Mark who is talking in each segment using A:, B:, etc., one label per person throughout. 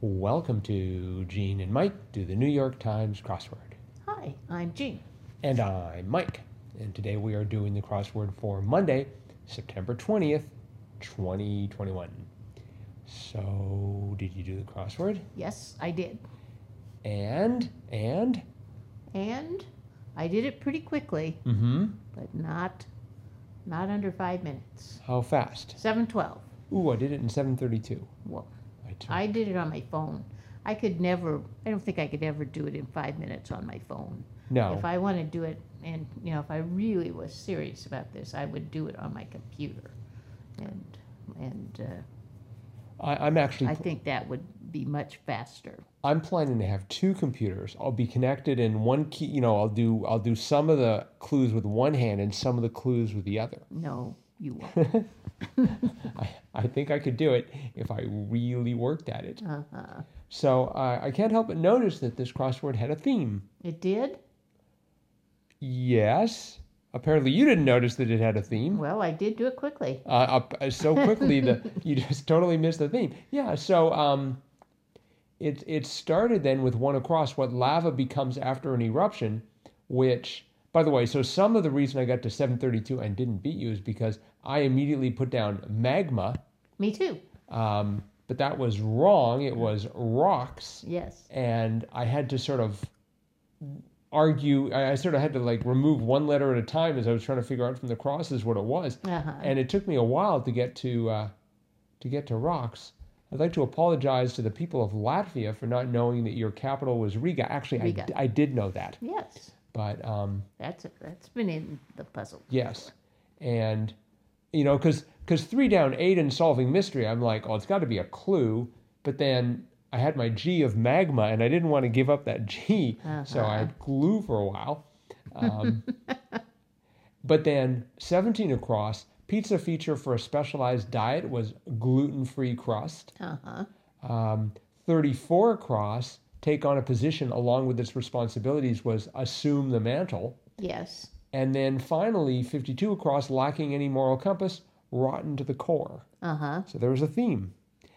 A: Welcome to Gene and Mike do the New York Times crossword.
B: Hi, I'm Jean.
A: And I'm Mike. And today we are doing the crossword for Monday, September 20th, 2021. So, did you do the crossword?
B: Yes, I did.
A: And, and,
B: And I did it pretty quickly,
A: mm hmm,
B: but not not under five minutes.
A: how fast?
B: Seven twelve.
A: Ooh, I did it in 732.
B: Well,
A: I took-
B: I did it on my phone. I could never I don't think I could ever do it in five minutes on my phone.
A: no.
B: If I want to do it and you know, if I really was serious about this, I would do it on my computer. And and uh,
A: I, I'm actually,
B: I think that would be much faster.
A: I'm planning to have two computers. I'll be connected in one key, you know, I'll do, I'll do some of the clues with one hand and some of the clues with the other.
B: No, you won't.
A: I, I think I could do it if I really worked at it.
B: Uh-huh.
A: So uh, I I can't help but notice that this crossword had a theme.
B: It did?
A: Yes, apparently you didn't notice that it had a theme.
B: Well, I did do it quickly.
A: Uh, up- uh, so quickly that you just totally missed the theme. Yeah. So um, it it started then with one across what lava becomes after an eruption, which by the way, so some of the reason I got to 732 and didn't beat you is because I immediately put down magma.
B: Me too.
A: Um, but that was wrong. It was rocks.
B: Yes.
A: And I had to sort of argue, I, I sort of had to like remove one letter at a time as I was trying to figure out from the crosses what it was.
B: Uh-huh.
A: And it took me a while to get to, uh, to get to rocks. I'd like to apologize to the people of Latvia for not knowing that your capital was Riga. Actually, I,
B: Riga.
A: d- I did know that,
B: Yes.
A: but um,
B: That's that's been in the puzzle.
A: Yes, and you know, because because three down, eight in solving mystery, I'm like, oh, it's got to be a clue. But then I had my G of magma, and I didn't want to give up that G, so I had glue for a while. Um, but then 17 across, pizza feature for a specialized diet was gluten-free crust.
B: Uh-huh.
A: Um, 34 across, take on a position along with its responsibilities was assume the mantle.
B: Yes.
A: And then finally, 52 across, lacking any moral compass, rotten to the core.
B: Uh-huh.
A: So there was a theme.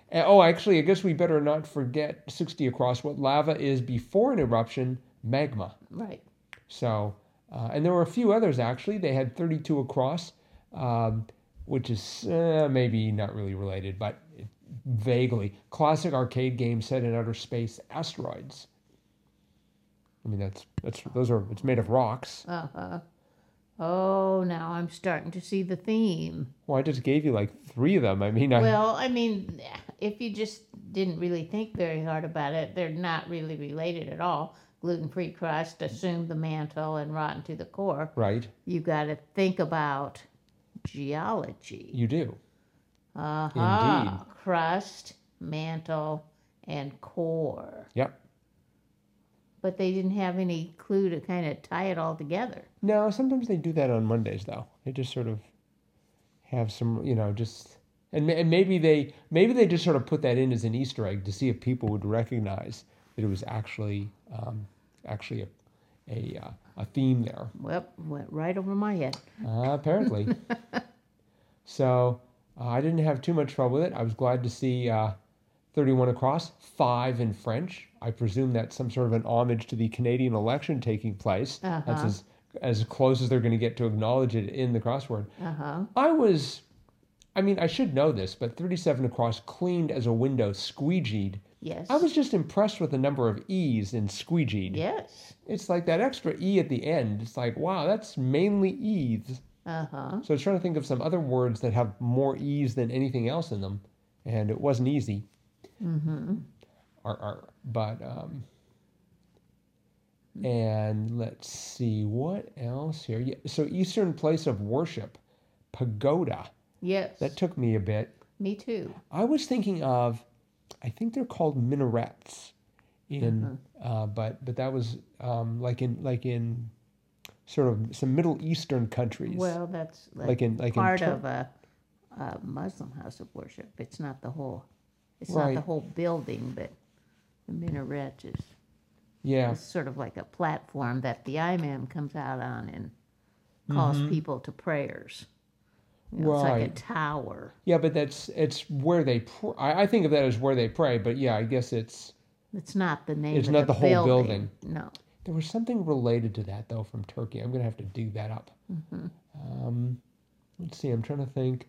A: And, oh, actually, I guess we better not forget 60 across what lava is before an eruption magma.
B: Right.
A: So, uh, and there were a few others actually. They had 32 across, um, which is uh, maybe not really related, but vaguely. Classic arcade game set in outer space, asteroids. I mean, that's, that's, those are, it's made of rocks.
B: Uh-huh. Oh, now I'm starting to see the theme.
A: Well, I just gave you like three of them. I mean, I,
B: Well, I mean, if you just didn't really think very hard about it, they're not really related at all. Gluten-free crust, assume the mantle, and rotten to the core.
A: right?
B: You got to think about geology.
A: You do.
B: Uh-huh. Crust, mantle, and core.
A: Yep.
B: But they didn't have any clue to kind of tie it all together.
A: No, sometimes they do that on Mondays though. They just sort of have some, you know, just and, ma- and maybe they maybe they just sort of put that in as an Easter egg to see if people would recognize that it was actually um, actually a a, uh, a theme there.
B: Well, went right over my head.
A: Uh, apparently. so uh, I didn't have too much trouble with it. I was glad to see uh, 31 across, five in French. I presume that's some sort of an homage to the Canadian election taking place. That's
B: Uh-huh.
A: as, as close as they're going to get to acknowledge it in the crossword.
B: Uh huh.
A: I was, I mean, I should know this, but 37 across cleaned as a window, squeegeed.
B: Yes.
A: I was just impressed with the number of E's in squeegeed.
B: Yes.
A: It's like that extra E at the end. It's like, wow, that's mainly E's.
B: Uh huh.
A: So I was trying to think of some other words that have more ease than anything else in them, and it wasn't easy.
B: Mm-hmm.
A: Arr, arr. But um, and let's see what else here. Yeah, so Eastern place of worship, pagoda.
B: Yes.
A: That took me a bit.
B: Me too.
A: I was thinking of, I think they're called minarets, in
B: Mm-hmm.
A: uh, but but that was um, like in like in sort of some Middle Eastern countries.
B: Well, that's like,
A: like in like
B: part
A: in Tur-
B: of a, a Muslim house of worship. It's not the whole. It's not
A: Right.
B: the whole building, but the minaret is,
A: yeah
B: is sort of like a platform that the imam comes out on and calls people to prayers. You know, It's like a
A: Mm-hmm. Right.
B: tower.
A: Yeah, but that's it's where they. Pr- I, I think of that as where they pray, but yeah, I guess it's
B: It's not the name
A: It's
B: of
A: not
B: the,
A: the whole
B: building. No.
A: there was something related to that though from Turkey. I'm gonna have to dig that up. Um, let's see. I'm trying to think.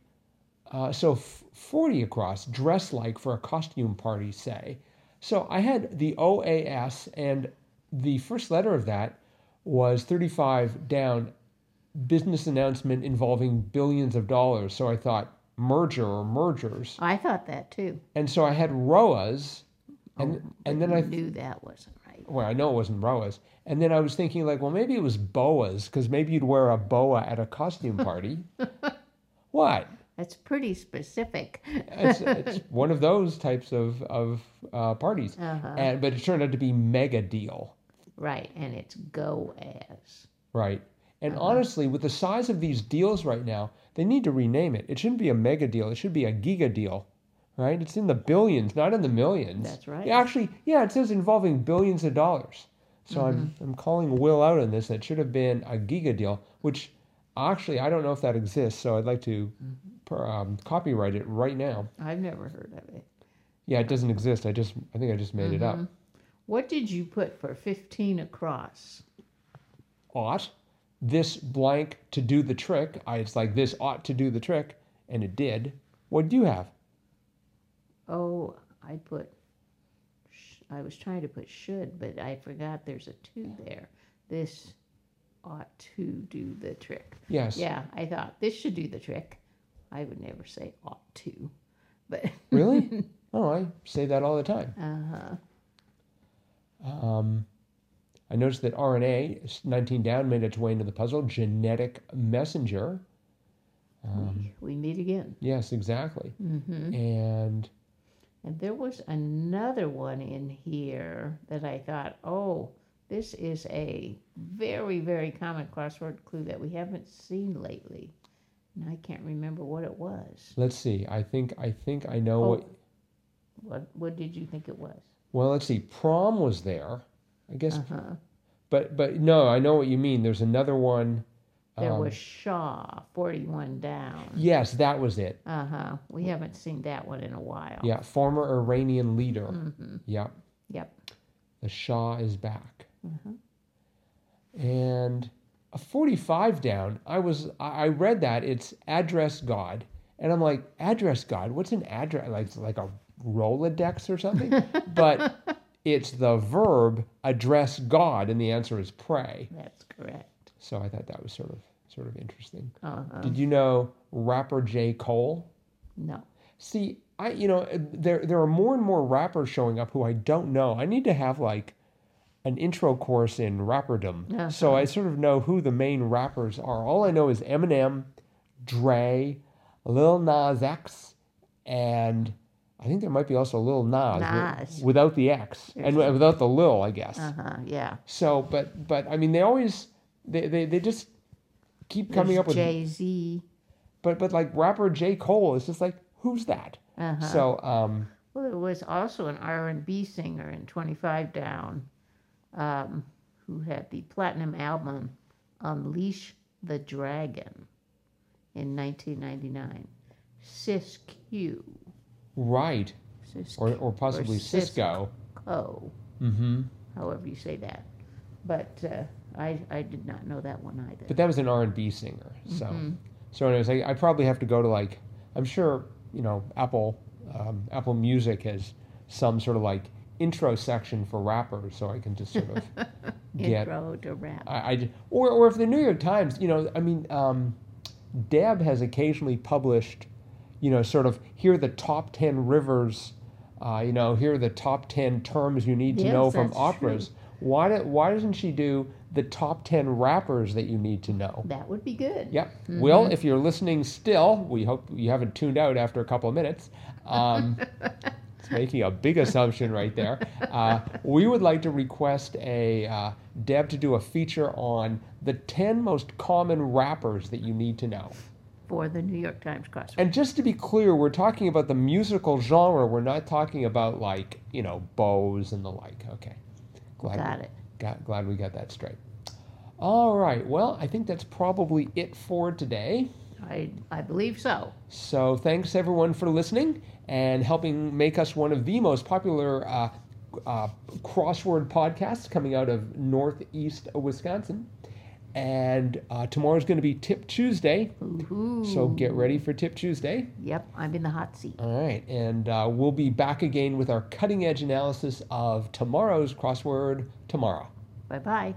A: Uh, so f- forty across, dress like for a costume party. Say, so I had the OAS, and the first letter of that was 35 down. Business announcement involving billions of dollars. So I thought merger or mergers.
B: I thought that too.
A: And so I had ROAS, and and then I th-
B: knew that wasn't right.
A: well I know it wasn't ROAS, and then I was thinking like, well maybe it was boas because maybe you'd wear a boa at a costume party. what?
B: That's pretty specific.
A: It's, it's one of those types of of uh, parties,
B: Uh-huh.
A: and but it turned out to be mega deal,
B: Right, and it's go as.
A: right? And
B: Uh-huh.
A: honestly, with the size of these deals right now, they need to rename it. It shouldn't be a mega deal. It should be a giga deal, right? It's in the billions, not in the millions.
B: That's right.
A: Yeah, Actually, yeah, it says involving billions of dollars. So I'm
B: Mm-hmm.
A: I'm calling Will out on this. That should have been a giga deal, which actually I don't know if that exists. So I'd like to
B: Mm-hmm.
A: per- um, copyright it right now.
B: I've never heard of it.
A: Yeah, it doesn't exist. I just I think I just made it
B: Mm-hmm.
A: up.
B: What did you put for 15 across?
A: Ought this blank to do the trick. I, it's like this ought to do the trick, and it did. What do you have?
B: Oh, I put, sh- I was trying to put should, but I forgot there's a two there. This ought to do the trick.
A: Yes.
B: Yeah, I thought this should do the trick. I would never say ought to, but
A: Really? oh, I say that all the time.
B: uh,
A: Um, I noticed that RNA, s- 19 down, made its way into the puzzle. Genetic messenger. Um,
B: we, we meet again.
A: Yes, exactly.
B: hmm
A: And
B: And there was another one in here that I thought, oh, this is a very, very common crossword clue that we haven't seen lately. And I can't remember what it was. Oh,
A: let's see. I think I think I know. What,
B: What, what did you think it was?
A: well, let's see. Prom was there. I guess,
B: Uh huh.
A: but but no, I know what you mean. There's another one.
B: There
A: um,
B: was Shaw, 41 down.
A: Yes, that was it.
B: Uh huh. We haven't seen that one in a while.
A: Yeah, former Iranian leader.
B: hmm
A: Yeah,
B: Yep.
A: the Shah is back.
B: Uh-huh. Mm-hmm.
A: And a 45 down, I was I I read that it's address God, and I'm like address God. What's an address? Like it's like a Rolodex or something? but it's the verb address God, and the answer is pray.
B: That's correct.
A: So I thought that was sort of sort of interesting.
B: Uh huh.
A: Did you know rapper J Cole?
B: No.
A: See, I you know there there are more and more rappers showing up who I don't know. I need to have like an intro course in rapperdom, so I sort of know who the main rappers are. All I know is Eminem, Dre, Lil Nas X, and I think there might be also Lil Nas, wi-
B: Nas.
A: without the X and wi- without the Lil, I guess.
B: Uh huh. Yeah.
A: So, but but I mean, they always they they, they just keep coming up with
B: Jay Z.
A: but but like rapper J Cole is just like who's that?
B: Uh huh.
A: So um.
B: Well, there was also an R and B singer in Twenty Five Down, um, who had the platinum album "Unleash the Dragon" in 1999. Sis Q,
A: Right,
B: Sis
A: or or possibly
B: Cisco.
A: Cisco.
B: Co,
A: Mm-hmm.
B: however you say that. But uh, I I did not know that one either.
A: But that was an R and B singer. So, so anyways, I, I probably have to go to like I'm sure you know Apple um, Apple Music has some sort of like intro section for rappers, so I can just sort of get
B: Intro to rap.
A: I, I j- or or if the New York Times, you know, I mean, um, Deb has occasionally published, you know, sort of here are the top ten rivers, uh, you know, here are the top ten terms you need to
B: Yes,
A: know from
B: that's
A: operas. Why do, why doesn't she do the top ten rappers that you need to know?
B: That would be good.
A: Yep. Will, if you're listening still, we hope you haven't tuned out after a couple of minutes. Um, it's making a big assumption right there. Uh, we would like to request a uh, Deb to do a feature on the 10 most common rappers that you need to know.
B: For the New York Times crossword.
A: And just to be clear, we're talking about the musical genre. We're not talking about like, you know, bows and the like. Okay. Glad
B: Got it.
A: Got, glad we got that straight. All right. Well, I think that's probably it for today.
B: I, I believe so.
A: So thanks everyone for listening and helping make us one of the most popular uh, uh, crossword podcasts coming out of Northeast Wisconsin. And uh, tomorrow's going to be Tip Tuesday,
B: Ooh.
A: so get ready for Tip Tuesday.
B: Yep, I'm in the hot seat.
A: All right, and uh, we'll be back again with our cutting edge analysis of tomorrow's crossword tomorrow.
B: Bye bye.